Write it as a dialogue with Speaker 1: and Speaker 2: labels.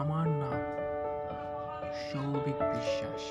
Speaker 1: আমার নাম সৌভিক বিশ্বাস